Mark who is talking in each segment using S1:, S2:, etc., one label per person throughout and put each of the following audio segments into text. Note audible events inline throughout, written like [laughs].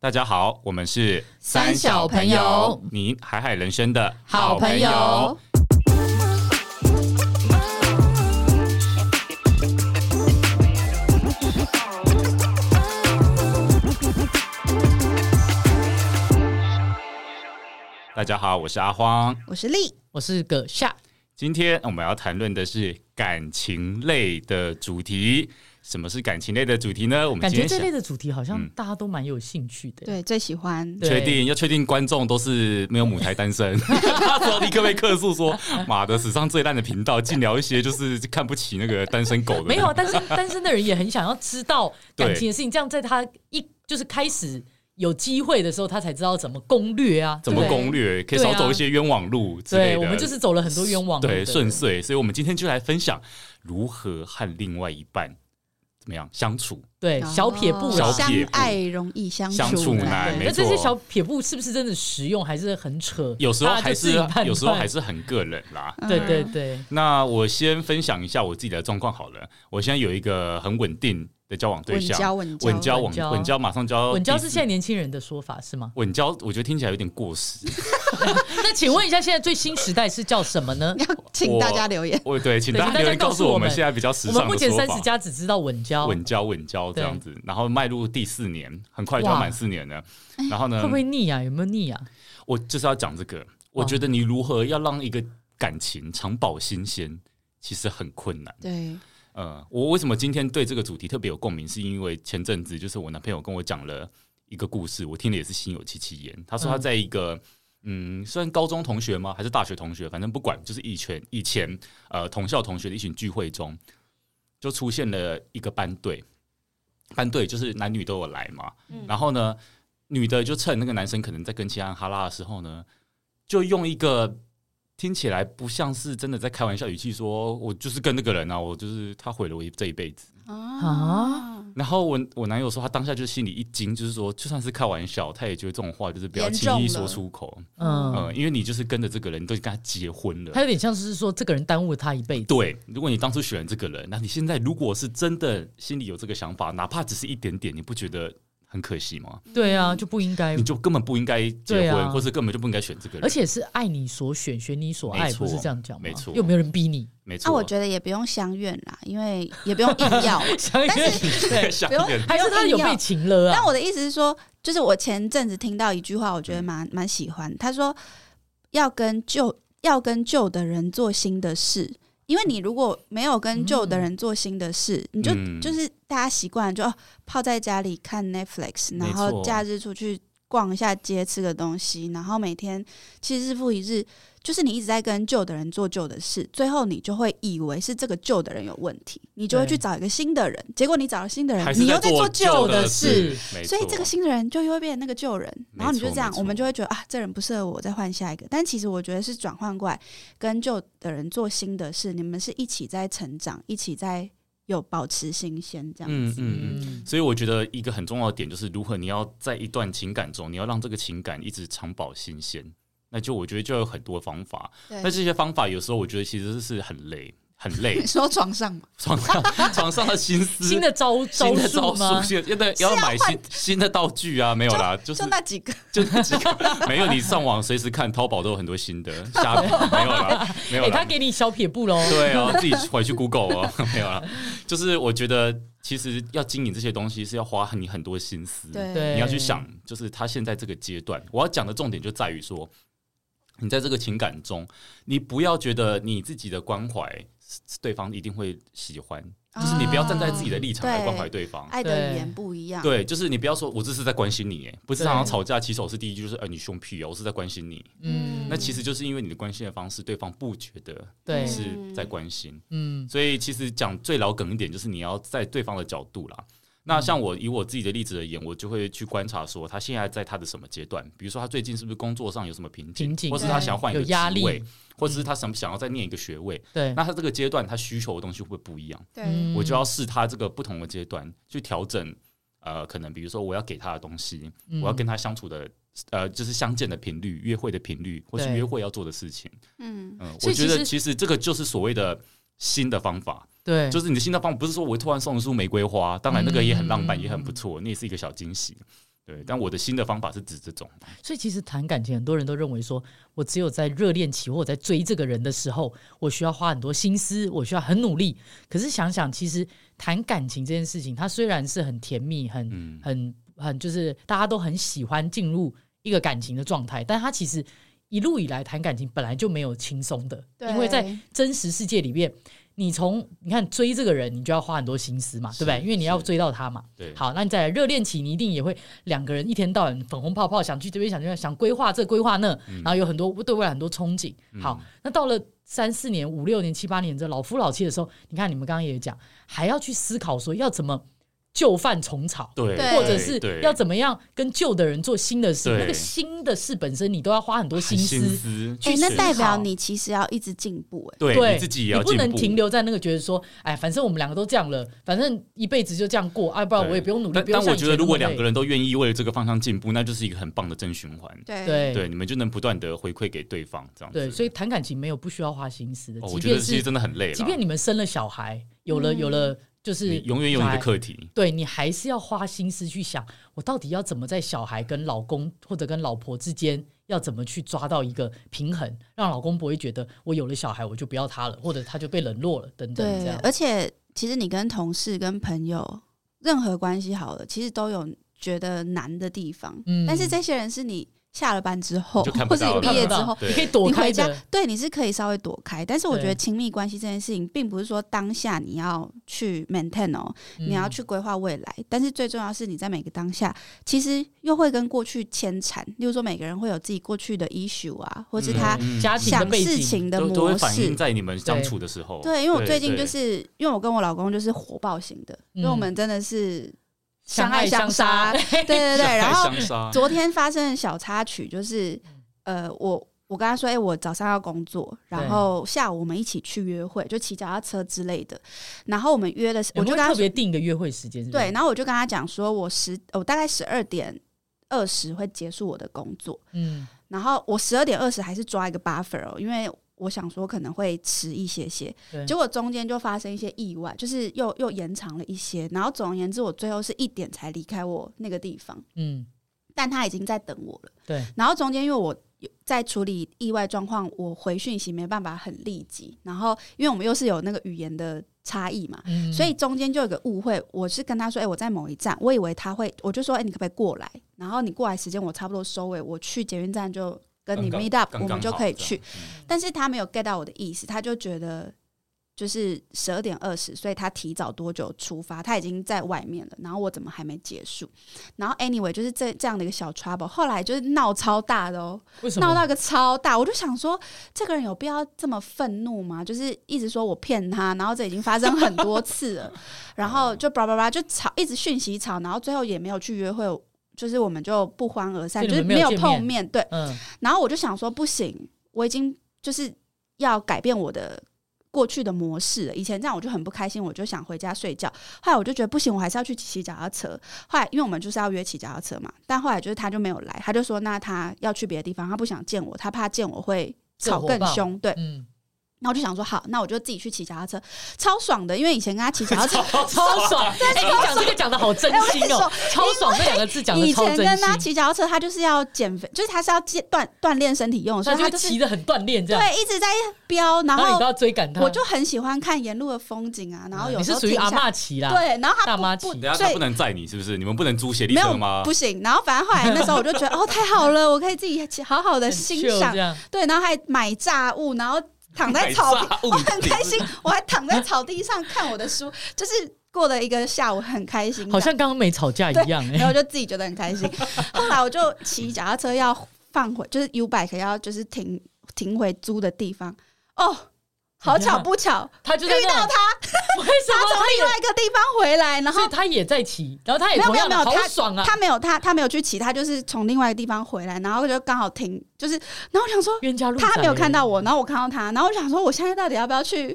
S1: 大家好，我们是
S2: 三小朋友，
S1: 您海海人生的
S2: 好朋友。
S1: 大家好，我是阿荒。
S2: 我是丽，
S3: 我是葛夏，
S1: 今天我们要谈论的是感情类的主题。什么是感情类的主题呢？我们
S3: 感
S1: 今
S3: 觉
S1: 天
S3: 这
S1: 想
S3: 类的主题好像
S1: 嗯
S3: 大家都蛮有兴趣的。
S2: 对，最喜欢
S3: 对
S1: 确定要确定观众都是没有母胎单
S3: [laughs]
S1: 身，他时候立刻被客诉说：“妈的，史上最烂的频道，尽聊一些就是看不起那个单身狗的。”
S3: 没有，单啊
S2: [laughs]
S3: 身单身的人也很想要知道感情的事情，这样在他一就是开始有机会的时候，他才知道怎么攻略啊，
S1: 怎么
S3: 对不对
S1: 攻略，可以
S3: 对啊
S1: 少走一些冤枉路之类
S3: 对
S1: 的。
S3: 我们就是走了很多冤枉路的，
S1: 对顺遂，所以我们今天就来分享如何和另外一半怎么样相处。
S3: 对
S2: 哦
S3: 小撇步
S1: 小
S3: 啦。
S2: 相
S1: 撇步啊
S2: 爱容易相
S1: 相处
S2: 处
S1: 难哎没
S3: 那这些
S1: 错
S3: 小撇步是不是真的实用，还是很扯？
S1: 有时候
S3: 大家
S1: 还啊
S3: 就是自己判断
S1: 有时候还是很个人啦。
S2: 嗯
S3: 对对对，
S1: 那我先分享一下我自己的状况好了。我现在有一个很稳定的交往对
S2: 稳交
S1: 象，
S2: 稳交
S1: 稳交
S3: 稳交
S1: 往稳交，马上
S2: 嗯
S1: 交
S3: 稳交是
S1: 第四
S3: 现在年轻人的说法是吗？
S1: 稳交，我觉得听起来有点过
S3: [laughs]
S1: 时。
S3: 那请问一下，现在最新时代是叫什么呢？
S2: 要请大家留言。
S1: 我哦对，请大家
S3: 请大家
S1: 留言
S3: 告
S1: 告诉
S3: 诉我
S1: 我们
S3: 们
S1: 现在比较 [laughs] 时
S3: 我
S1: 尚
S3: 们
S1: 的
S3: 目前
S1: 说
S3: 三
S1: 法
S3: 十。家只知道稳交，
S1: 稳交稳交这
S3: 对
S1: 样子，然后迈入第四年，很快就要
S3: 哇哎
S1: 满四年了。然后呢，
S3: 会不会腻啊？有没有腻啊？
S1: 我就是要讲这个。我觉得你如何要让一个感情长保新鲜，其实很困难。
S2: 对，
S1: 呃，我为什么今天对这个主题特别有共鸣，是因为前阵子就是我男朋友跟我讲了一个故事，我听了也是心有戚戚焉。他说他
S3: 嗯
S1: 在一个嗯，虽然高中同学吗，还是大学同学，反正不管，就是一群以前呃同校同学的一群聚会中，就出现了一个班队，班队就是男女都有来嘛，
S2: 嗯
S1: 然后呢，女的就趁那个男生可能在跟其他人哈拉的时候呢，就用一个听起来不像是真的在开玩笑语气说，我就是跟那个人啊，我就是他毁了我一这一辈子。
S2: 啊，
S1: 然后我我男友说，他当下就心里一惊，就是说，就算是开玩笑，他也觉得这种话就是不要
S2: 严
S1: 轻易
S2: 重了
S1: 说出口。
S3: 嗯
S1: 呃，，因为你就是跟着这个人，你都已经跟他结婚了嗯
S3: 他。有点像是说这个人耽误了他一辈子。
S1: 对，如果你当初选了这个人，那你现在如果是真的心里有这个想法，哪怕只是一点点，你不觉得很可惜吗？
S3: 对啊，就不应该
S1: 你，就根本不应该
S3: 对
S1: 结婚，
S3: 啊
S1: 或者根本就不应该选这个人。
S3: 而且是爱你所选，选你所
S1: 没
S3: 爱，
S1: 错
S3: 不是这样讲吗？
S1: 没错
S3: 又没有人逼你，
S1: 没错，
S2: 那我觉得也不用相怨啦，因为也不用硬要嘛。
S3: 想一个
S2: 但
S1: [laughs]
S3: 对，
S1: 想
S2: 不用
S1: 点
S3: 还是他有被情了
S2: 但
S3: 啊？
S2: 我的意思是说，就是我前阵子听到一句话，我觉得蛮蛮喜欢。他说要跟旧要跟旧的人做新的事，因为你如果没有跟旧的人做新的事，你就、
S1: 嗯
S2: 就是大家习惯就、哦、泡在家里看 Netflix，
S1: 没
S2: 然
S1: 错
S2: 后假日出去逛一下街，吃个东西，然后每天其实日复一日。就是你一直在跟旧的人做旧的事，最后你就会以为是这个旧的人有问题，你就会
S3: 对
S2: 去找一个新的人。结果你找了新的
S1: 还
S2: 人，
S1: 是
S2: 啊你又
S1: 在
S2: 做
S1: 旧
S2: 旧
S1: 的
S2: 的事，
S1: 没
S2: 所以
S1: 错
S2: 这个新的人就又会变成那个旧人，
S1: 没
S2: 然后你就
S1: 错
S2: 这样
S1: 没，错
S2: 我们就会觉得啊，这人不适合我，我再换下一个。但其实我觉得是转换过来，跟旧的人做新的事，你们是一起在成长，一起在有保持新鲜这样。
S1: 嗯嗯嗯。
S3: 嗯，
S1: 所以我觉得一个很重要的点就是，如何你要在一段情感中，你要让这个情感一直长保新鲜，那就我觉得就有很多方法。
S2: 对
S1: 但这些方法有时候我觉得其实是很累，很累 [laughs]
S2: [laughs] 你，说床上嘛，
S1: 床上床上的心思、
S3: 新的招
S1: 新的
S3: 数
S1: 招
S3: 吗哎
S1: 数，？ [laughs] 现在要买新新的道具啊，没有啦，就是
S2: 就那几个，
S1: 就那几个， [laughs] 没有你上网随时看，淘宝都有很多新的，虾皮没有啦，没有
S3: 哎，
S1: 啦，
S3: 他给你小撇步喽。
S1: 对啊，自己回去 Google 哦， [laughs] 没有啦。就是我觉得，其实要经营这些东西是要花你很多心思，
S2: 对
S3: 对，
S1: 你要去想，就是他现在这个阶段，我要讲的重点就在于说，你在这个情感中，你不要觉得你自己的关怀是对方一定会喜欢，就是你不要站在自己的立场来关
S3: 嗯
S1: 怀对
S3: 哎
S1: 方。
S2: 哦爱的语言不一样。
S1: 对，就是你不要说，我这是在关心你，哎，不是
S3: 对
S1: 常常吵架，起手是第一句就是，哎，你凶屁哦，我是在关心你。
S3: 嗯，
S1: 那其实就是因为你的关心的方式，对方不觉得
S3: 对，
S1: 是在关心。
S3: 嗯，
S1: 所以其实讲最老梗一点，就是你要在对方的角度啦。
S3: 嗯
S1: 那像我以我自己的例子而言，我就会去观察说他现在在他的什么阶段，比如说他最近是不是工作上有什么瓶颈，
S3: 瓶颈
S1: 或是他想要换一个
S3: 有压
S1: 职位
S3: 力，嗯
S1: 或者是他想想要再念一个学位，
S3: 对，嗯
S1: 那他这个阶段他需求的东西会不会不一样？
S2: 对，
S1: 我就要试他这个不同的阶段去调整，呃，可能比如说我要给他的东西，
S3: 嗯
S1: 我要跟他相处的。呃，就是相见的频率、约会的频率，或是
S3: 对
S1: 约会要做的事情，
S2: 嗯，
S1: 嗯，
S3: 所
S1: 我
S3: 以
S1: 觉
S3: 其
S1: 得
S3: 实
S1: 其实这个就是所谓的新的方法，
S3: 对，
S1: 就是你的新的方法不是说我突然送一束玫瑰花，当然那个也很浪漫，
S3: 嗯
S1: 也很不错，那也是一个小惊喜。对，但我的新的方法是指这种，
S3: 所以其实谈感情，很多人都认为说，我只有在热恋期或我在追这个人的时候，我需要花很多心思，我需要很努力。可是想想，其实谈感情这件事情，它虽然是很甜蜜、很
S1: 嗯，
S3: 很很，就是大家都很喜欢进入一个感情的状态，但它其实一路以来谈感情本来就没有轻松的，
S2: 对
S3: 因为在真实世界里面，你从你看追这个人，你就要花很多心思嘛，对
S1: 是
S3: 不对？因为你要
S1: 是
S3: 追到他嘛。
S1: 对，
S3: 好，那你再来热恋期，你一定也会两个人一天到晚粉红泡泡，想去这边想去那边，想规划这规划那，
S1: 嗯
S3: 然后有很多对未来很多憧憬。好，那到了三四年、五六年、七八年这老夫老妻的时候，你看你们刚刚也讲，还要去思考说要怎么就范重炒。
S1: 对，
S2: 对
S3: 或者是
S1: 对
S3: 要怎么样跟旧的人做新的事，
S1: 对
S3: 那个新的事本身你都要花很多心
S1: 心
S3: 思，
S1: 思，
S2: 哎、
S3: 去
S2: 那
S3: 思
S2: 代
S3: 考
S2: 表你其实要一直进步、哎，
S1: 对
S3: 对
S1: 你自己也要
S3: 你不
S1: 进
S3: 能
S1: 步，
S3: 停留在那个觉得说，哎，反正我们两个都这样了，反正一辈子就这样过，啊，不然我也不用努力。
S1: 但
S3: 不用
S1: 但
S3: 像
S1: 我
S3: 以
S1: 觉
S3: 前
S1: 得，如果
S3: 那么
S1: 两
S3: 累
S1: 个人都愿意为了这个方向进步，那就是一个很棒的正循环。
S2: 对
S3: 对
S1: 对，你们就能不断的回馈给对方，这样子。
S3: 对，所以谈感情没有不需要花心思的，
S1: 哦，
S3: 即
S1: 我觉得
S3: 便
S1: 其实
S3: 是
S1: 真的很累了。
S3: 即便你们生了小孩，有了
S2: 嗯
S3: 有了，就是
S1: 你永远有你
S3: 小
S1: 的
S3: 孩
S1: 课题，
S3: 对你还是要花心思去想，我到底要怎么在小孩跟老公或者跟老婆之间要怎么去抓到一个平衡，让老公不会觉得我有了小孩我就不要他了，或者他就被冷落了等等这
S2: 对
S3: 样，。
S2: 而且其实你跟同事、跟朋友，任何关系好了，其实都有觉得难的地方。
S3: 嗯
S2: 但是这些人是你下了班之后，
S1: 你就看不
S2: 或是
S1: 到
S2: 你
S1: 了
S2: 毕业之
S1: 看不
S2: 后，
S1: 对
S3: 你可以躲
S2: 你回
S3: 开
S2: 家
S3: 的，
S2: 对你是可以稍微躲开。但是我觉
S3: 对
S2: 得亲密关系这件事情，并不是说当下你要去 maintain 哦，你要
S3: 嗯
S2: 去规划未来。但是最重要是你在每个当下，其实又会跟过去牵缠。例如说，每个人会有自己过去的 issue 啊，或是他
S1: 嗯嗯
S3: 家庭的
S2: 想
S3: 背
S2: 事
S3: 景。
S2: 情的
S1: 都都
S2: 模
S1: 会反映
S2: 式。
S1: 在你们相处的时候。
S2: 对，因为我最近
S1: 对
S2: 就是因为我跟我老公就是火爆型的，因为我们真的是
S3: 相爱嗯
S2: 相
S3: 相杀
S2: 对对对，然后
S1: 相爱相杀，
S2: 昨天发生的小插曲就是，
S3: 嗯
S2: 呃，我我跟他说，哎、我早上要工作，然后下午我们一起去约会，就骑脚踏车之类的。然后我们约的时，
S3: 我
S2: 我就
S3: 就
S2: 跟他
S3: 特
S2: 说，
S3: 别定一个约会时间，是不是
S2: 对，，然后我就跟他讲说，我十，我大概十二点二十会结束我的工作，
S3: 嗯，
S2: 然后我十二点二十还是抓一个 buffer 哦，因为。我想说可能会迟一些些，
S3: 对
S2: 结果中间就发生一些意外，就是又又延长了一些，然后总而言之，我最后是一点才离开我那个地方，
S3: 嗯，
S2: 但他已经在等我了。
S3: 对，
S2: 然后中间因为我有在处理意外状况，我回讯息没办法很立即，然后因为我们又是有那个语言的差异嘛。
S3: 嗯
S2: 所以中间就有个误会，我是跟他说，哎、我在某一站，我以为他会，我就说，哎、你可不可以过来？然后你过来时间我差不多收尾，我去捷运站就跟你
S1: 刚
S2: meet up，
S1: 刚
S2: 我
S1: 刚
S2: 们就
S1: 好
S2: 可以
S1: 这样嗯
S2: 去。但是他没有 get 到我的意思，他就觉得就是十二点二十，所以他提早多久出发？他已经在外面了，然后我怎么还没结束？然后 anyway 就是这这样的一个小 trouble，后来就是闹超大的哦，
S3: 为什
S2: 闹
S3: 么？
S2: 到一个超大，我就想说这个人有必要这么愤怒吗？就是一直说我骗他，然后这已经发生很多次
S3: [laughs]
S2: 了，然后就叭叭叭就吵，一直讯息吵，然后最后也没有去约会。就是我们就不欢而散，
S3: 就
S2: 就
S3: 你
S2: 是
S3: 们没
S2: 没
S3: 有
S2: 有
S3: 见面
S2: 碰面，对，
S3: 嗯，
S2: 然后我就想说，不行，我已经就是要改变我的过去的模式了。以前这样我就很不开心，我就想回家睡觉。后来我就觉得不行，我还是要去骑脚踏车。后来因为我们就是要约骑脚踏车嘛，但后来就是他就没有来，他就说那他要去别的地方，他不想见我，他怕见我会吵
S3: 更
S2: 更
S3: 火爆
S2: 凶，对。
S3: 嗯，
S2: 然后我就想说好，那我就自己去骑脚踏车，超爽的，因为以前跟他骑脚踏车
S3: [laughs]
S2: [laughs]
S3: 超爽！哎，你讲这个讲的好真心
S2: 哎我跟你
S3: 哦
S2: 说，
S3: 超爽这两个字讲的
S2: 以
S3: 超
S2: 前
S3: 真
S2: 跟他
S3: 心，
S2: 骑脚踏车，他就是要减肥，就是他是要健锻锻炼身体用的，所
S3: 他
S2: 以
S3: 就
S2: 他
S3: 会
S2: 就是
S3: 骑的很锻炼这样，
S2: 对一直在飙，然
S3: 然后
S2: 后
S3: 你都要追赶他，
S2: 我就很喜欢看沿路的风景啊，然后有
S3: 嗯你
S2: 时
S3: 是
S2: 候
S3: 属
S2: 停
S3: 于阿
S2: 下
S3: 嬷骑啦，，
S2: 对，然后
S3: 大
S2: 他
S3: 妈
S2: 不
S3: 骑
S2: 不
S1: 等一下
S2: 所
S1: 他
S2: 以
S1: 不能载你，是不是？你们不能租协力
S2: 没
S1: 车
S2: 有
S1: 吗
S2: 不？行，然后反正后来那时候我就觉得哦太好
S3: [laughs]
S2: 了，我可以自己好好的欣赏
S3: 这，样，
S2: 对，然后还买炸物，然后躺在草地，
S1: 地，
S2: 我很开心，我还躺在草地上看我的书，就是过了一个下午很开心这样，
S3: 好像刚刚没吵架一样
S2: 然
S3: 哎，
S2: 后就自己觉得很开心。 [laughs] 后来我就骑脚踏车要放回，就是 U bike 要就是停停回租的地方哦。好巧不巧，
S3: 他就遇到他，为什
S2: 他
S3: 么
S2: 从另
S3: 他
S2: 外一个地方回来，然
S3: 也？
S2: 后
S3: 所以他也在骑，然后他也
S2: 没有
S3: 同
S2: 没有
S3: 样
S2: 没
S3: 的
S2: 有，
S3: 好
S2: 他
S3: 爽啊！
S2: 他没有他他没有去骑，他就是从另外一个地方回来，然后就刚好停，就是然后我想说
S3: 冤家路窄
S2: 他
S3: 欸，
S2: 还没有看到我，然后我看到他，然后我想说我现在到底要不要去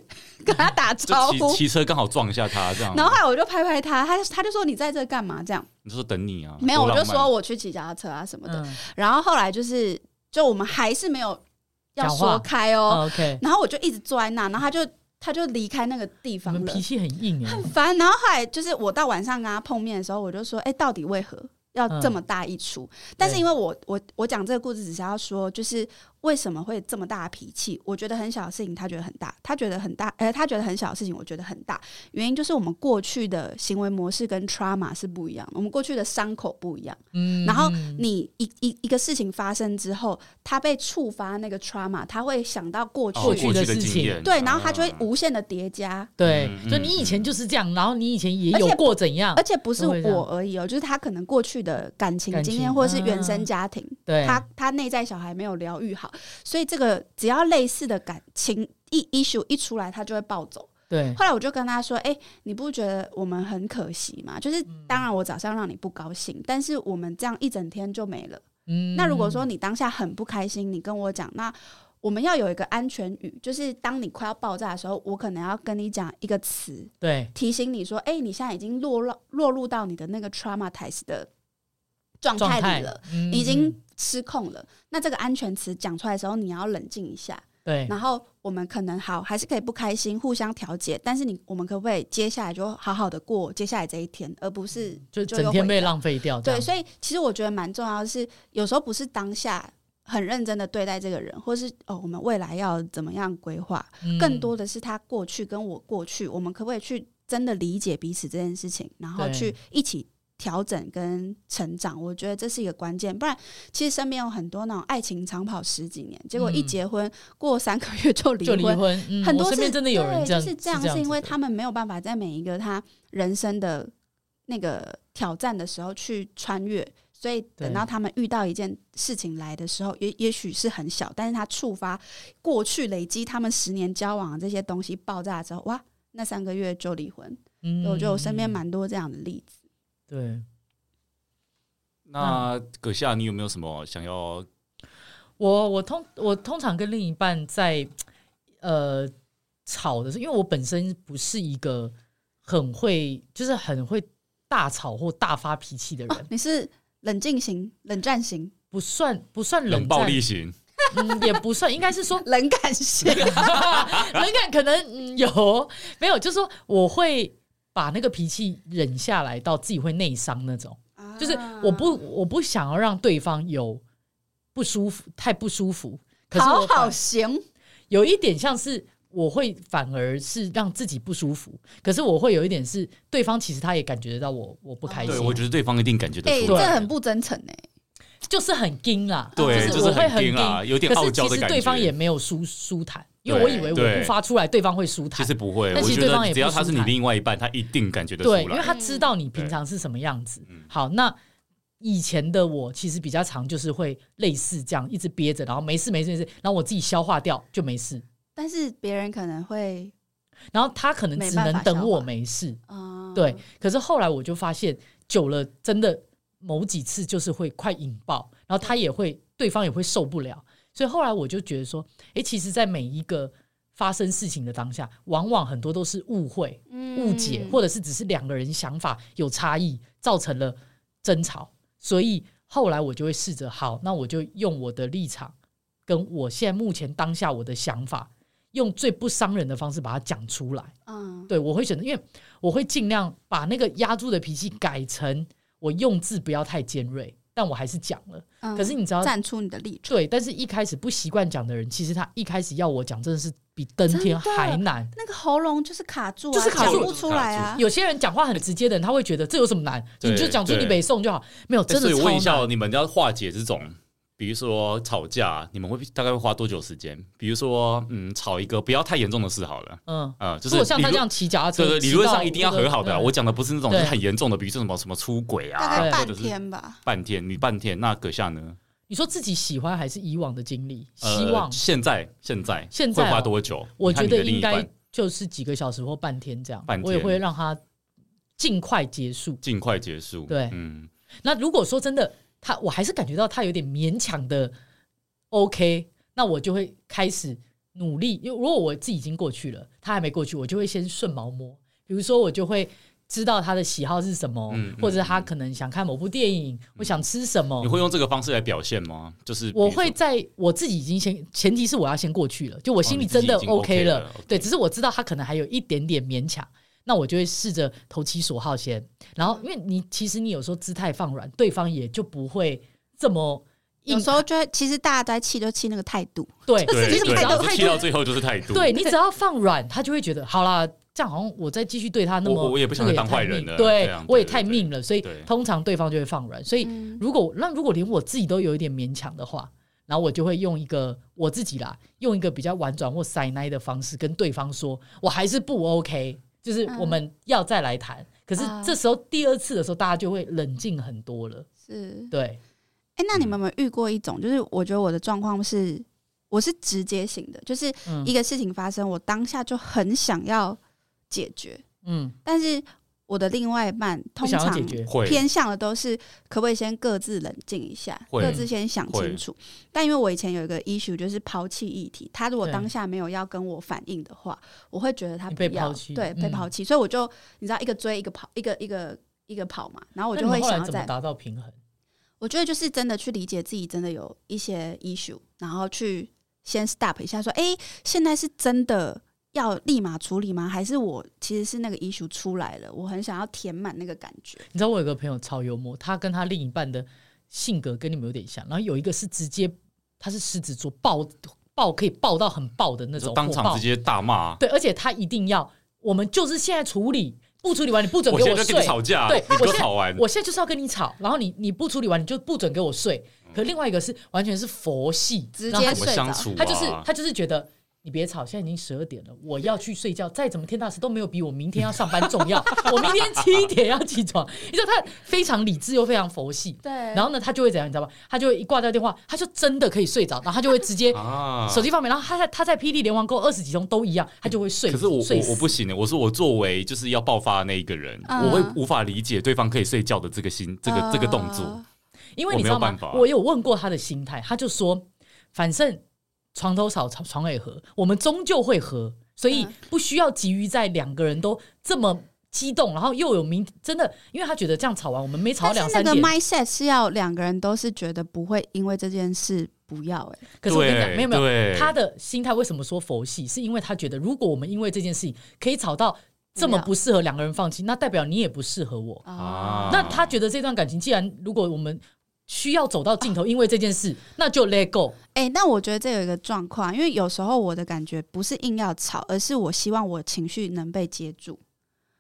S2: 跟他打招
S1: 就骑
S2: 呼？
S1: 骑车刚好撞一下他，这样。
S2: 然后后来我就拍拍他，他他就说你在这干嘛？这样
S1: 你就说等你啊，
S2: 没有，
S1: 多
S2: 我
S1: 浪
S2: 就
S1: 漫
S2: 说我去骑脚踏车啊什么的。
S3: 嗯
S2: 然后后来就是就我们还是没有要
S3: 讲话嗯
S2: 说开哦，
S3: ，OK，
S2: 然后我就一直坐在那，然后他就他就离开那个地
S3: 你
S2: 方
S3: 们
S2: 了
S3: 脾，气很硬哎
S2: 很，烦。然后后来就是我到晚上跟他碰面的时候，我就说：“哎、到底为何要这么大一出？”
S3: 嗯
S2: 但是因为我我我讲这个故事，只是要说，就是为什么会这么大的脾气？我觉得很小的事情，他觉得很大；他觉得很大，呃，他觉得很小的事情，我觉得很大。原因就是我们过去的行为模式跟 trauma 是不一样的，我们过去的伤口不一样。
S3: 嗯，
S2: 然后你一一一个事情发生之后，他被触发那个 trauma，他会想到过去，
S1: 哦
S3: 过去的事
S1: 经
S3: 情
S1: 验
S2: 对，然后他就会
S1: 啊
S2: 无限的叠加。
S3: 对
S1: 嗯，嗯
S3: 就你以前就是这样，然后你以前也
S2: 而且
S3: 有过怎样
S2: 而，且不是
S3: 都会哦这样
S2: 我而已哦，就是他可能过去的感情
S3: 感
S2: 经
S3: 情
S2: 验，或者是原
S3: 啊
S2: 生家庭，
S3: 对，
S2: 他他内在小孩没有疗愈好，所以这个只要类似的感情一 issue 一出来，他就会暴走。
S3: 对，
S2: 后来我就跟他说：“哎、你不觉得我们很可惜吗？就是
S3: 嗯
S2: 当然我早上让你不高兴，但是我们这样一整天就没了。
S3: 嗯
S2: 那如果说你当下很不开心，你跟我讲，那我们要有一个安全语，就是当你快要爆炸的时候，我可能要跟你讲一个词，
S3: 对，
S2: 提醒你说，哎、你现在已经落入落入到你的那个 traumatized 的状
S3: 状
S2: 态
S3: 态
S2: 里了，，
S3: 嗯
S2: 你已经失控了。那这个安全词讲出来的时候，你要冷静一下，
S3: 对，
S2: 然后我们可能好还是可以不开心，互相调节，但是你我们可不可以接下来就好好的过接下来这一天，而不是
S3: 嗯就
S2: 又
S3: 整天
S2: 回
S3: 被
S2: 到
S3: 浪费掉这
S2: 对，
S3: 样，
S2: 所以其实我觉得蛮重要的是，有时候不是当下很认真的对待这个人，或是哦，我们未来要怎么样规划，
S3: 嗯
S2: 更多的是他过去跟我过去，我们可不可以去真的理解彼此这件事情，然后
S3: 对
S2: 去一起。调整跟成长，我觉得这是一个关键。不然，其实身边有很多那种爱情长跑十几年，结果一
S3: 嗯
S2: 结婚、过三个月就离
S3: 就
S2: 婚，
S3: 离婚，嗯
S2: 很
S3: 我
S2: 多
S3: 身
S2: 是
S3: 边真的有人
S2: 对
S3: 这样，
S2: 就是这
S3: 样
S2: 样，
S3: 子的，
S2: 是因为他们没有办法在每一个他人生的那个挑战的时候去穿越，所以等到他们遇到一件事情来的时候，也也许是很小，但是它触发过去累积他们十年交往的这些东西爆炸之后，哇，那三个月就离婚。
S3: 嗯，
S2: 所以我觉得我身边蛮多这样的例子。
S3: 对。
S1: 那葛夏，你有没有什么想要？
S3: 我我通我通常跟另一半在呃吵的时候，因为我本身不是一个很会，就是很会大吵或大发脾气的人，
S2: 你是冷静型、冷战型、
S3: 不算不算冷
S1: 冷暴
S3: 战
S1: 力，型，
S3: 嗯，也不算，应该是说
S2: 冷感型？
S3: 冷感可能、嗯有没有，就是说我会把那个脾气忍下来，到自己会内伤那种。 [laughs] 就是我
S2: 啊
S3: 不
S2: 嗯
S3: 我不想要让对方有不舒服，太不舒服。可是
S2: 讨
S3: 我
S2: 好
S3: 反
S2: 型，
S3: 有一点像是我会反而是让自己不舒服，可是我会有一点是对方其实他也感觉得到我我不开
S2: 还
S3: 心
S1: 对，我觉得对方一定感觉得
S2: 哎、
S1: 出
S2: 这
S1: 来，
S2: 很不真诚哎、
S3: 就是很硬啦，
S1: 对，
S3: 就是我会
S1: 很
S3: 硬
S1: 硬啊，有点
S3: 可
S1: 傲
S3: 是
S1: 娇
S3: 其
S1: 的
S3: 实
S1: 感觉。
S3: 对方也没有舒舒坦，因为我以为我
S1: 对
S3: 不发出来，对方会舒
S1: 其
S3: 坦
S1: 实。不会，
S3: 但
S1: 我
S3: 其实
S1: 觉
S3: 对方
S1: 得
S3: 也
S1: 只要
S3: 不
S1: 他是
S3: 舒
S1: 你
S3: 坦
S1: 另外一半，他一定感觉得
S3: 对，
S1: 出
S3: 因为
S1: 来。哎
S3: 他知道你平
S1: 对
S3: 常是什么样子
S1: 嗯。
S3: 好，那以前的我其实比较常就是会类似这样一直憋着，然后没事没事没事，然后我自己消化掉就没事，
S2: 但是别人可能会
S3: 然后他可能只
S2: 没办
S3: 能
S2: 法消
S3: 等
S2: 化
S3: 我没事。
S2: 啊，
S1: 嗯
S3: 对，可是后来我就发现，久了真的某几次就是会快引爆，然后他也会，对方也会受不了。所以后来我就觉得说，诶，其实，在每一个发生事情的当下，往往很多都是误会、误解，
S2: 嗯
S3: 或者是只是两个人想法有差异，造成了争吵。所以后来我就会试着，好，那我就用我的立场，跟我现在目前当下我的想法，用最不伤人的方式把它讲出来。
S2: 嗯，
S3: 对，我会选择，因为我会尽量把那个压住的脾气改成我用字不要太尖锐，但我还是讲了。
S2: 嗯
S3: 可是你知道，
S2: 站出你的立场，
S3: 对，但是一开始不习惯讲的人，其实他一开始要我讲，真的是比登
S2: 真
S3: 天
S2: 的
S3: 还难。
S2: 那个喉咙就是卡住、啊，
S3: 就是卡住
S2: 讲不出来啊。
S3: 有些人讲话很直接的人，他会觉得这有什么难？你就
S1: 对
S3: 讲出你
S1: 对
S3: 北宋就好。没有，
S1: 哎
S3: 真的
S1: 所以问一
S3: 超
S1: 下
S3: 难。
S1: 哦，你们要化解这种，比如说吵架，你们会大概会花多久时间？比如说，嗯，吵一个不要太严重的事好了，
S3: 嗯，
S1: 呃，就
S3: 如
S1: 是
S3: 果像
S1: 理
S3: 他
S1: 论
S3: 这样骑脚踏车，
S1: 对对，理
S3: 骑
S1: 论
S3: 到
S1: 上一定要
S3: 那个
S1: 和好的啊。
S3: 嗯
S1: 我讲的不是那种就是
S3: 对
S1: 很严重的，比如说什么什么出轨
S2: 大
S1: 啊，
S2: 概
S3: 对
S1: 或
S2: 半
S1: 者是
S2: 天吧，
S1: 半天。你半天，那葛夏呢？
S3: 你说自己喜欢还是以往的经历？
S1: 呃
S3: 希望
S1: 现在现在
S3: 现在
S1: 会花
S3: 哦
S1: 多久？
S3: 我
S1: 你和
S3: 觉
S1: 你
S3: 得
S1: 的另
S3: 应
S1: 一
S3: 该
S1: 半
S3: 就是几个小时或半天这样
S1: 半，
S3: 我也
S1: 天
S3: 会让他尽快结束。
S1: 尽快结束。
S3: 对
S1: 嗯，
S3: 那如果说真的他，我还是感觉到他有点勉强的 OK，那我就会开始努力。因为如果我自己已经过去了，他还没过去，我就会先顺毛摸。比如说，我就会知道他的喜好是什么，
S1: 嗯嗯
S3: 或者他可能想看某部电影，我想吃什么
S1: 你。会用这个方式来表现吗？就是比如
S3: 我
S1: 说
S3: 会在我自己已经先，前提是我要先过去了，就我心里真的
S1: 哦你自己已经 OK
S3: 了。
S1: 了，OK
S3: 对，只是我知道他可能还有一点点勉强，那我就会试着投其所好先。然后，因为你其实你有时候姿态放软，对方也就不会这么
S1: [laughs]
S3: 硬
S2: 有时候就会，其实大家在气就气那个态度，
S3: 对，
S1: 对
S3: 其
S1: 对，
S3: 实你
S1: 对
S3: 只要
S1: 就
S3: 态
S1: 是
S3: 度
S1: 踢到最后就是态度，
S3: 对你只要放软，他就会觉得好啦，这样好像我再继续对他那么，
S1: 我我我也不想
S3: 这个
S1: 当坏人
S3: 太
S1: 了
S3: 命对
S1: 这样，
S3: 我也
S1: 对对
S3: 太
S1: 对
S3: 命了，所以
S1: 对
S3: 通常对方就会放软。所以
S2: 嗯
S3: 如果那如果连我自己都有一点勉强的话，然后我就会用一个我自己啦，用一个比较婉转或塞奶的方式跟对方说，我还是不 OK，就是我们要再来谈。可是
S2: 啊
S3: 这时候第二次的时候，大家就会冷静很多了。
S2: 是。
S3: 对，
S2: 哎、那你们有没有遇过一种，就是我觉得我的状况是，我是直接型的，就是
S3: 嗯
S2: 一个事情发生，我当下就很想要解决，
S3: 嗯，
S2: 但是我的另外一半
S3: 不
S2: 通
S3: 想要
S2: 常
S3: 解决，
S1: 会
S2: 偏向的都是可不可以先各自冷静一下，
S1: 会
S2: 各自先想
S1: 会
S2: 清楚。但因为我以前有一个 issue 就是抛弃议题，他如果
S3: 对
S2: 当下没有要跟我反应的话，我会觉得他
S3: 你
S2: 不
S3: 被
S2: 要
S3: 抛弃
S2: 对，被
S3: 嗯
S2: 抛弃，所以我就你知道一个追一个跑，一个一个一个跑嘛，然后我
S3: 那
S2: 就
S3: 你
S2: 会
S3: 们后来
S2: 想要
S3: 怎么
S2: 在，
S3: 达到平衡？
S2: 我觉得就是真的去理解自己真的有一些 issue，然后去先 stop 一下，说，哎、现在是真的。要立马处理吗？还是我其实是那个 issue 出来了，我很想要填满那个感觉。
S3: 你知道我有个朋友超幽默，他跟他另一半的性格跟你们有点像，然后有一个是直接他是狮子座爆爆可以爆到很爆的那
S1: 就
S3: 种，
S1: 当
S3: 火
S1: 场
S3: 爆
S1: 直接大骂，
S3: 对，而且他一定要我们就是现在处理，不处理完你不准
S1: 我
S3: 给
S1: 现在就跟
S3: 睡
S1: 你。吵架，
S3: 对
S1: 你
S3: 我
S1: 给我
S3: 现在
S1: 吵完，
S3: 我现在就是要跟你吵，然后你你不处理完你就不准给我睡。可另外一个是完全是佛系，
S2: 直
S3: 然后他
S2: 接
S1: 怎嗯么
S3: 就
S2: 睡着
S1: 相处啊？
S3: 他就是他就是觉得你别吵，现在已经十二点了，我要去睡觉。再怎么天大事都没有比我明天要上班重
S1: [laughs]
S3: 要。我明天七点要起床，你知道他非常理智又非常佛系。
S2: 对，
S3: 然后呢，他就会怎样，你知道吗？他就会一挂掉电话，他就真的可以睡着，然后他就会直接
S1: 啊
S3: 手机放没，然后他在他在霹雳联网购二十几通都一样，他就会睡。
S1: 可是我
S3: 睡
S1: 我
S3: 死
S1: 我不行欸的，我说我作为就是要爆发的那一个人，
S2: 嗯
S1: 我会无法理解对方可以睡觉的这个心，这个这个动作
S2: 呃，
S3: 因为你知道
S1: 我没
S3: 吗
S1: 有办法？
S3: 我有问过他的心态，他就说，反正床头吵，床床尾和，我们终究会和，所以
S2: 嗯
S3: 不需要急于在两个人都这么激动，然后又有明真的，因为他觉得这样吵完，我们没吵到
S2: 但
S3: 两
S2: 是
S3: 三
S2: 那个
S3: 点。
S2: mindset 是要两个人都是觉得不会因为这件事不要、哎，
S3: 可是我跟你讲，
S1: 对
S3: 没有没有，
S1: 对
S3: 他的心态为什么说佛系？是因为他觉得，如果我们因为这件事情可以吵到这么
S2: 不要
S3: 不适合两个人放弃，那代表你也不适合我。
S2: 哦
S1: 啊
S3: 那他觉得这段感情，既然如果我们需要走到尽头，因为这件事，那就 let go。
S2: 哎、那我觉得这有一个状况，因为有时候我的感觉不是硬要吵，而是我希望我情绪能被接住，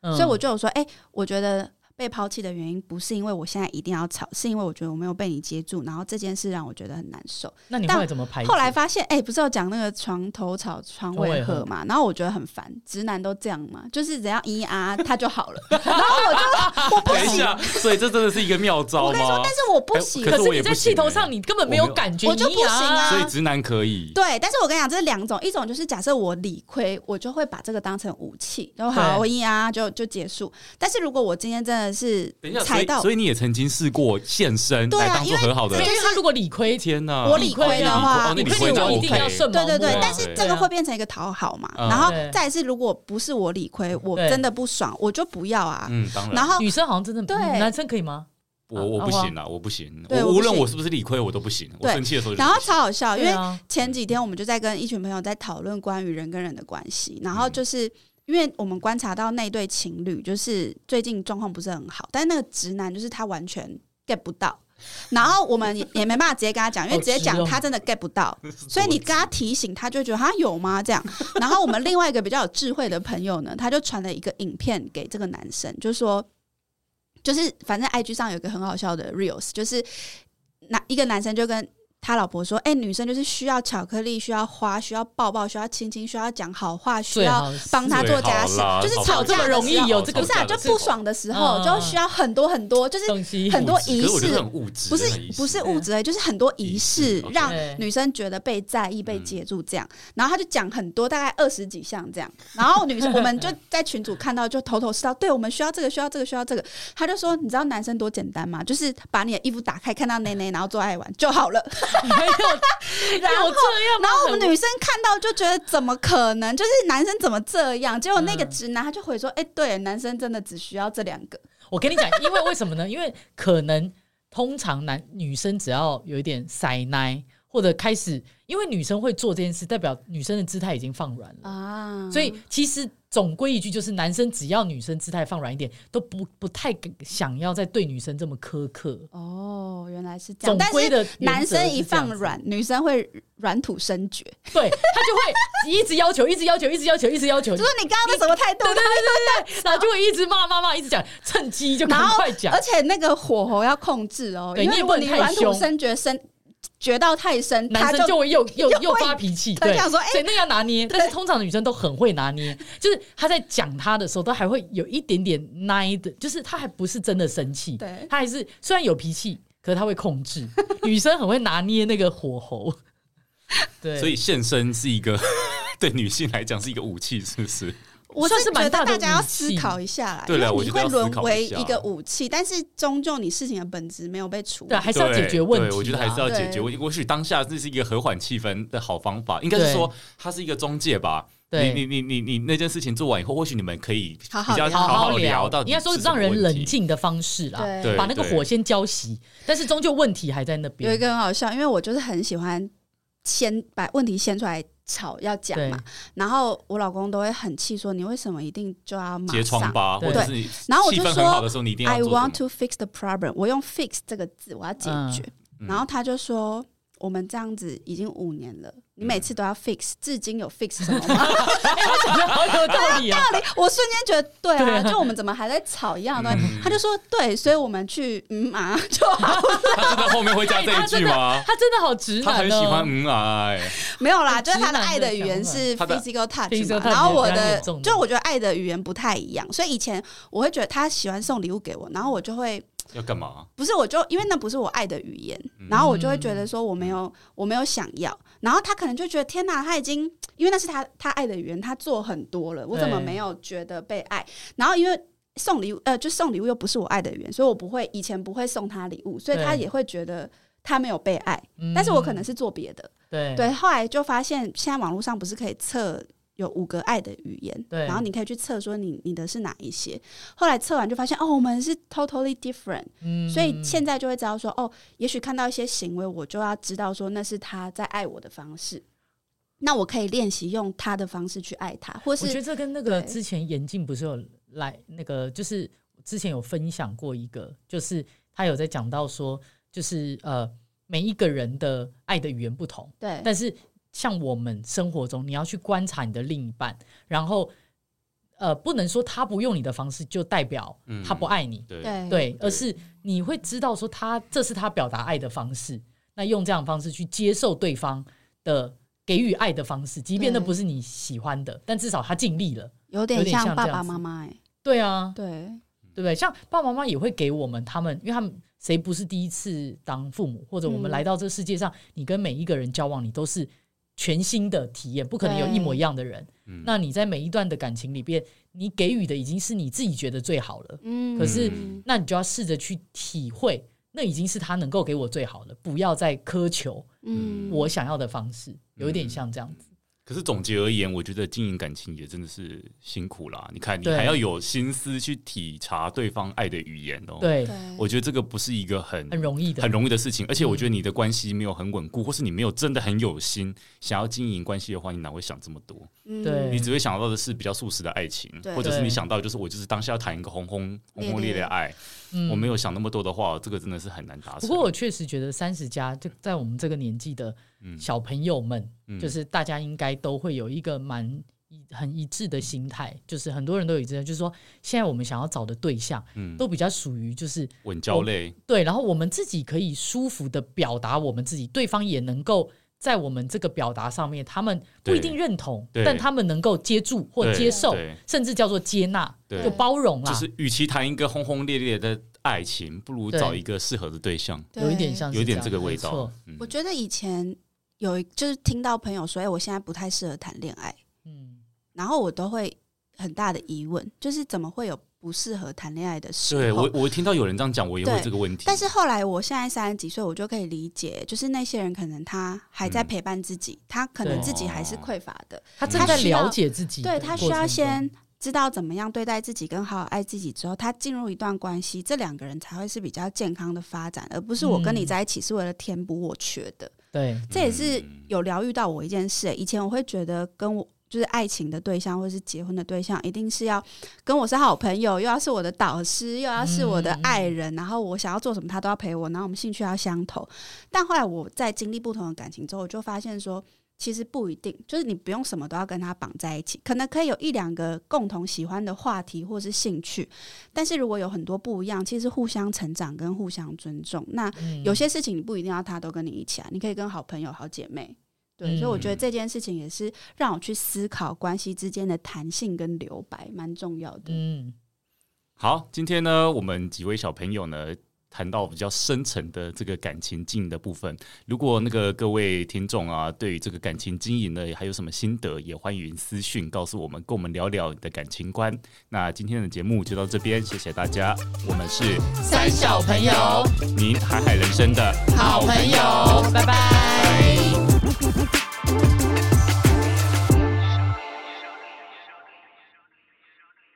S3: 嗯
S2: 所以我就有说，哎、我觉得。被抛弃的原因不是因为我现在一定要吵，是因为我觉得我没有被你接住，然后这件事让我觉得很难受。
S3: 那你
S2: 但
S3: 后来怎么排解？
S2: 后来发现，哎、不是有讲那个床头吵，床尾和嘛？然后我觉得很烦，直男都这样嘛，就是只要咿啊他就 [laughs] 好了。然后我就我不
S1: 等一
S2: 行，
S1: 下，所以这真的是一个妙招
S2: 我跟你说
S1: 吗，
S2: 但？是我不行
S1: 可
S3: 可
S1: 是
S3: 是
S1: 我
S3: 你
S1: 也
S3: 在
S1: 不
S3: 气头
S1: 行欸
S3: 上，你根本没
S1: 我
S3: 有
S1: 没有
S3: 感觉，
S2: 我就
S3: 你
S2: 不
S3: 呀
S2: 行啊
S1: 所以直男可以，
S2: 对，但是我跟你讲，这是两种，一种就是假设我理亏，我就会把这个当成武器，然后好，
S3: 对
S2: 我咿啊就就结束。但是如果我今天真的是
S1: 等一下，所
S2: 踩
S1: 以
S2: 到
S1: 所以你也曾经试过现身
S2: 对啊
S1: 来当做和好的
S3: 对，
S2: 因
S3: 因
S1: 人，
S2: 为
S3: 为他如果理亏，
S1: 天哪！
S2: 我理亏的
S1: 哦
S2: 话
S1: 那
S2: 理
S1: 理
S3: 亏
S1: 亏就
S3: 我一定
S1: OK
S3: 要顺毛
S2: 对
S3: 摸
S2: 对
S3: 啊。
S2: 对
S1: 啊，
S2: 但是这个会变成一个讨好嘛。
S1: 嗯
S2: 然后
S3: 对
S2: 再是，如果不是我理亏，我
S3: 对
S2: 真的不爽，我就不要啊。
S1: 嗯，当然，
S2: 然后
S3: 女生好像真的嗯
S2: 对
S3: 男生可以吗？
S1: 我我不行啊，我不行，
S2: 对
S1: 我
S2: 我不
S1: 无论
S2: 行
S1: 我是不是理亏，我都不行。我
S2: 对
S1: 生气的时候就是
S2: 然后
S1: 不行
S2: 超好笑，因
S3: 对
S2: 为
S3: 啊
S2: 前几天我们就在跟一群朋友在讨论关于人跟人的关系，然后就是。因为我们观察到那对情侣，就是最近状况不是很好，但那个直男就是他完全 get 不到，然后我们也也没办法直接跟他讲，因为
S3: 好
S2: 直接
S3: 直
S2: 讲
S3: 哦
S2: 他真的 get 不到，
S1: [laughs]
S2: 所以你跟他提醒，他就会觉得他有吗？ [laughs] 这样。然后我们另外一个比较有智慧的朋友呢，他就传了一个影片给这个男生，就说，就是反正 IG 上有一个很好笑的 reels，就是那一个男生就跟他老婆说：“哎、女生就是需要巧克力，需要花，需要抱抱，需要亲亲，需要讲好话，需
S3: 最
S2: 要
S3: 好
S2: 帮他做家
S1: 最
S2: 事
S1: 好啦，
S2: 就是
S1: 好吧
S2: 吵架
S3: 这么容易
S2: 的时候
S3: 有这个
S2: 不是啊，就不爽的时候
S3: 嗯
S2: 就需要很多很多，就是
S3: 东西 [laughs]
S2: 很多仪
S1: 可是我觉
S2: 式
S1: 得很物质，
S2: 不是
S1: 那个仪式
S2: 不是物质类，就是很多仪式
S1: 仪式，OK
S2: 让
S3: 对
S2: 女生觉得被在意、被接住这样。然后他就讲很多，大概二十几项这样。然后女生我们就在群组看到，就头头是道，对我们需要这个，需要这个，需要这个。他就说，你知道男生多简单吗？就是把你的衣服打开，看到内内，然后做爱玩就好了。
S3: 没有，然后这样吗，
S2: 哦然后我们
S3: 很
S2: 女生看到就觉得怎么可能？就是男生怎么这样？结果那个直男他就回说：“哎、对，男生真的只需要这两个。
S3: 我跟你讲，因为为什么呢？因为可能通常男女生只要有一点塞奶，或者开始，因为女生会做这件事，代表女生的姿态已经放软”了。
S2: 啊
S3: 所以其实总归一句，就是男生只要女生姿态放软一点，都不不太敢想要再对女生这么苛刻。
S2: 哦，原来是这样
S3: 总。
S2: 但
S3: 归
S2: 是
S3: 的原
S2: 男
S3: 则
S2: 生
S3: 是
S2: 一
S3: 这样
S2: 放
S3: 子，嗯
S2: 软，女生会软土生绝。
S3: 对他就会一直要求，一直要求，一直要求，一直要求
S2: 就，是你刚刚的什么态度？
S3: 然后就会一直骂骂骂，一直讲，趁机就
S2: 然
S3: 赶
S2: 后呃
S3: 快，讲
S2: 而。且那个火候要控制哦，
S3: 对
S2: 因
S3: 你也
S2: 为如果
S3: 不
S2: 你
S3: 能太
S2: 软土
S3: 凶
S2: 生绝生绝到太深，他
S3: 男生就会又又
S2: 又
S3: 又
S2: 会
S3: 发脾气，
S2: 他就
S3: 对，
S2: 想说：“哎、
S3: 所以那个要拿捏。但是通常女生都很会拿捏，就是她在讲她的时候，都还会有一点点奶的，就是她还不是真的生气，
S2: 对
S3: 她还是虽然有脾气，可是她会控制。女生很会拿捏那个火候，
S2: [laughs]
S3: 对，
S1: 所以现身是一个对女性来讲是一个武器，是不是？
S2: 我
S3: 算
S2: 是
S3: 是
S2: 觉
S3: 蛮
S2: 得
S3: 大的
S2: 大家要
S3: 武
S2: 思
S3: 器
S2: 考一下啦，
S1: 对
S2: 因
S1: 啦
S2: 为
S1: 我
S2: 你
S1: 觉得
S2: 会
S1: 要思
S2: 沦
S1: 考一
S2: 为
S1: 下
S2: 一个武器，但是终究你事情的本质没有被处理
S3: 对，。还是要解决
S1: 对
S3: 问题啊、
S1: 对，我觉得还是要解
S2: 对
S1: 决问题。或许当下这是一个和缓气氛的好方法，应该是
S3: 对
S1: 说它是一个中介吧。
S3: 对
S1: 你你你你你那件事情做完以后，或许你们可以
S2: 好好
S1: 比较
S2: 聊
S3: 好
S1: 好
S3: 聊
S1: 聊到，底
S3: 应该说
S1: 是什
S3: 让
S1: 么
S3: 人
S1: 问
S3: 冷
S1: 题。
S3: 静的方式啦，
S2: 对
S1: 对
S3: 把那个火先浇熄，但是终究问题还在那
S2: 有一
S3: 边。
S2: 个很好笑，因为我就是很喜欢先把问题先出来吵要讲
S3: 对
S2: 嘛，然后我老公都会很气说你为什么一定就要马
S1: 揭
S2: 上
S1: 疮？疤，
S3: 对
S1: 或者是你
S2: 然后我
S1: 气
S2: 就
S1: 氛很
S2: 说
S1: 好的时候，你一定要
S2: I
S1: 做什么
S2: want to fix the problem。我用 fix 这个字，我要解决。
S1: 嗯
S2: 然后他就说。我们这样子已经五年了，
S1: 嗯
S2: 你每次都要 fix，、至今有 fix 什么吗？
S1: [laughs]
S3: [laughs] 好有道理啊！
S2: 我瞬间觉得对
S3: 对
S2: 啊，
S3: 啊
S2: 就我们怎么还在吵一样的东西？
S1: 嗯
S2: 他就说对，所以我们去嗯啊就好，
S1: 他真的后面会加这一句吗？
S3: 他真的好直男、哦，
S1: 他很喜欢嗯啊，哎
S2: 没有啦，
S1: [laughs]
S3: 很
S2: 就
S3: 直
S2: 是他
S3: 男
S2: 的
S3: 的
S2: 爱的语言
S3: 想法
S2: 是
S1: 他的
S2: physical touch
S3: physical
S2: 嘛，
S3: touch
S2: 然后我
S3: 比较
S2: 的
S3: 严重的
S2: 就我觉得爱的语言不太一样，所以以前我会觉得他喜欢送礼物给我，然后我就会
S1: 要干嘛？
S2: 不是，我就因为那不是我爱的语言，
S3: 嗯
S2: 然后我就会觉得说我没有我没有想要，然后他可能就觉得天哪，他已经因为那是他他爱的语言，他做很多了，我怎么
S3: 对
S2: 没有觉得被爱？然后因为送礼物，呃，就送礼物又不是我爱的语言，所以我不会以前不会送他礼物，所以他
S3: 对
S2: 也会觉得他没有被爱，
S3: 嗯
S2: 但是我可能是做别的，
S3: 对
S2: 对，后来就发现现在网络上不是可以测有五个爱的语言，
S3: 对
S2: 然后你可以去测说你你的是哪一些。后来测完就发现哦，我们是 totally different，、
S3: 嗯
S2: 所以现在就会知道说哦，也许看到一些行为，我就要知道说那是他在爱我的方式，那我可以练习用他的方式去爱他，或
S3: 我觉
S2: 是
S3: 得这跟那个
S2: 对
S3: 之前眼镜不是有来那个，就是之前有分享过一个，就是他有在讲到说，就是呃，每一个人的爱的语言不同，
S2: 对
S3: 但是像我们生活中，你要去观察你的另一半，然后呃，不能说他不用你的方式就代表
S1: 嗯
S3: 他不爱你，
S1: 对
S2: 对
S3: 对，
S1: 对
S3: 而是你会知道说他这是他表达爱的方式，那用这样的方式去接受对方的给予爱的方式，即便那
S2: 对
S3: 不是你喜欢的，但至少他尽力了。
S2: 有
S3: 有
S2: 点
S3: 点
S2: 像
S3: 像
S2: 爸
S3: 这样
S2: 爸
S3: 子
S2: 妈妈哎、
S3: 对啊，
S2: 对
S3: 对不对？像爸爸妈妈也会给我们他们，因为他们谁不是第一次当父母，或者我们
S2: 嗯
S3: 来到这世界上，你跟每一个人交往，你都是全新的体验，不可能有
S2: 对
S3: 一模一样的人。
S1: 嗯
S3: 那你在每一段的感情里边，你给予的已经是你自己觉得最好了，
S2: 嗯，
S3: 可是
S2: 嗯
S3: 那你就要试着去体会，那已经是他能够给我最好的，不要再苛求
S2: 嗯
S3: 我想要的方式，有一点像这样子。
S1: 可是总结而言，我觉得经营感情也真的是辛苦啦。你看，你
S3: 对
S1: 还要有心思去体察对方爱的语言哦。，
S3: 对，
S2: 对
S1: 我觉得这个不是一个很
S3: 很容易的嗯
S1: 很。容易的事情，而且我觉得你的关系没有很稳固，或是你没有真的很有心想要经营关系的话，你哪会想这么多？
S2: 嗯
S3: 对
S1: 你只会想到的是比较速食的爱情
S2: 对，
S1: 或者是
S3: 对
S1: 你想到就是我就是当下要谈一个轰轰轰轰烈烈的爱，
S3: 嗯
S1: 我没有想那么多的话，这个真的是很难达成。
S3: 不过我确实觉得三十加就在我们这个年纪的
S1: 嗯
S3: 小朋友们，
S1: 嗯
S3: 就是大家应该都会有一个蛮一很一致的心态，就是很多人都有一致的，就是说现在我们想要找的对象
S1: 嗯，
S3: 都比较属于就是
S1: 稳交类，
S3: 对，然后我们自己可以舒服的表达我们自己，对方也能够。在我们这个表达上面，他们不一定认同，
S1: 对
S3: 但他们能够接住或
S1: 对
S3: 接受
S1: 对，
S3: 甚至叫做接纳，
S1: 对
S3: 就包容啊啦，
S1: 就是与其谈一个轰轰烈烈的爱情，不如
S3: 对
S1: 找一个适合的对象，
S3: 有一点
S2: 对
S3: 像是
S1: 有一点
S3: 样
S1: 这个味。
S3: 没
S1: 道
S3: 错。
S1: 嗯
S2: 我觉得以前有一就是听到朋友说，哎、我现在不太适合谈恋爱，
S3: 嗯，
S2: 然后我都会很大的疑问，就是怎么会有不适合谈恋爱的时候。
S1: 对我，我听到有人这样讲，我也会
S2: 对
S1: 这个问题。
S2: 但是后来，我现在三十几岁，我就可以理解，就是那些人可能他还在
S1: 嗯
S2: 陪伴自己，他可能
S3: 对
S2: 自己还是匮乏的，
S3: 他正在
S2: 他需要
S3: 了解自己的
S2: 对
S3: 过程中，
S2: 他需要先知道怎么样对待自己，跟好好爱自己之后，他进入一段关系，这两个人才会是比较健康的发展，而不是我跟你
S3: 嗯
S2: 在一起是为了填补我缺的。
S3: 对
S2: 这也是
S1: 嗯
S2: 有疗愈到我一件事、以前我会觉得跟我。就是爱情的对象，或是结婚的对象，一定是要跟我是好朋友，又要是我的导师，又要是我的爱人，然后我想要做什么，他都要陪我，然后我们兴趣要相投。但后来我在经历不同的感情之后，我就发现说，其实不一定，就是你不用什么都要跟他绑在一起，可能可以有一两个共同喜欢的话题或是兴趣，但是如果有很多不一样，其实互相成长跟互相尊重。那
S3: 嗯
S2: 有些事情你不一定要他都跟你一起啊，你可以跟好朋友、好姐妹。对，
S3: 嗯
S2: 所以我觉得这件事情也是让我去思考关系之间的弹性跟留白，蛮重要的。
S3: 嗯，
S1: 好，今天呢，我们几位小朋友呢。谈到比较深层的这个感情经营的部分，如果那个各位听众啊，对于这个感情经营呢，还有什么心得，也欢迎私讯告诉我们，跟我们聊聊你的感情观。那今天的节目就到这边，谢谢大家，我们是
S3: 三小朋友，
S1: 您海海人生的
S3: 好朋友，拜拜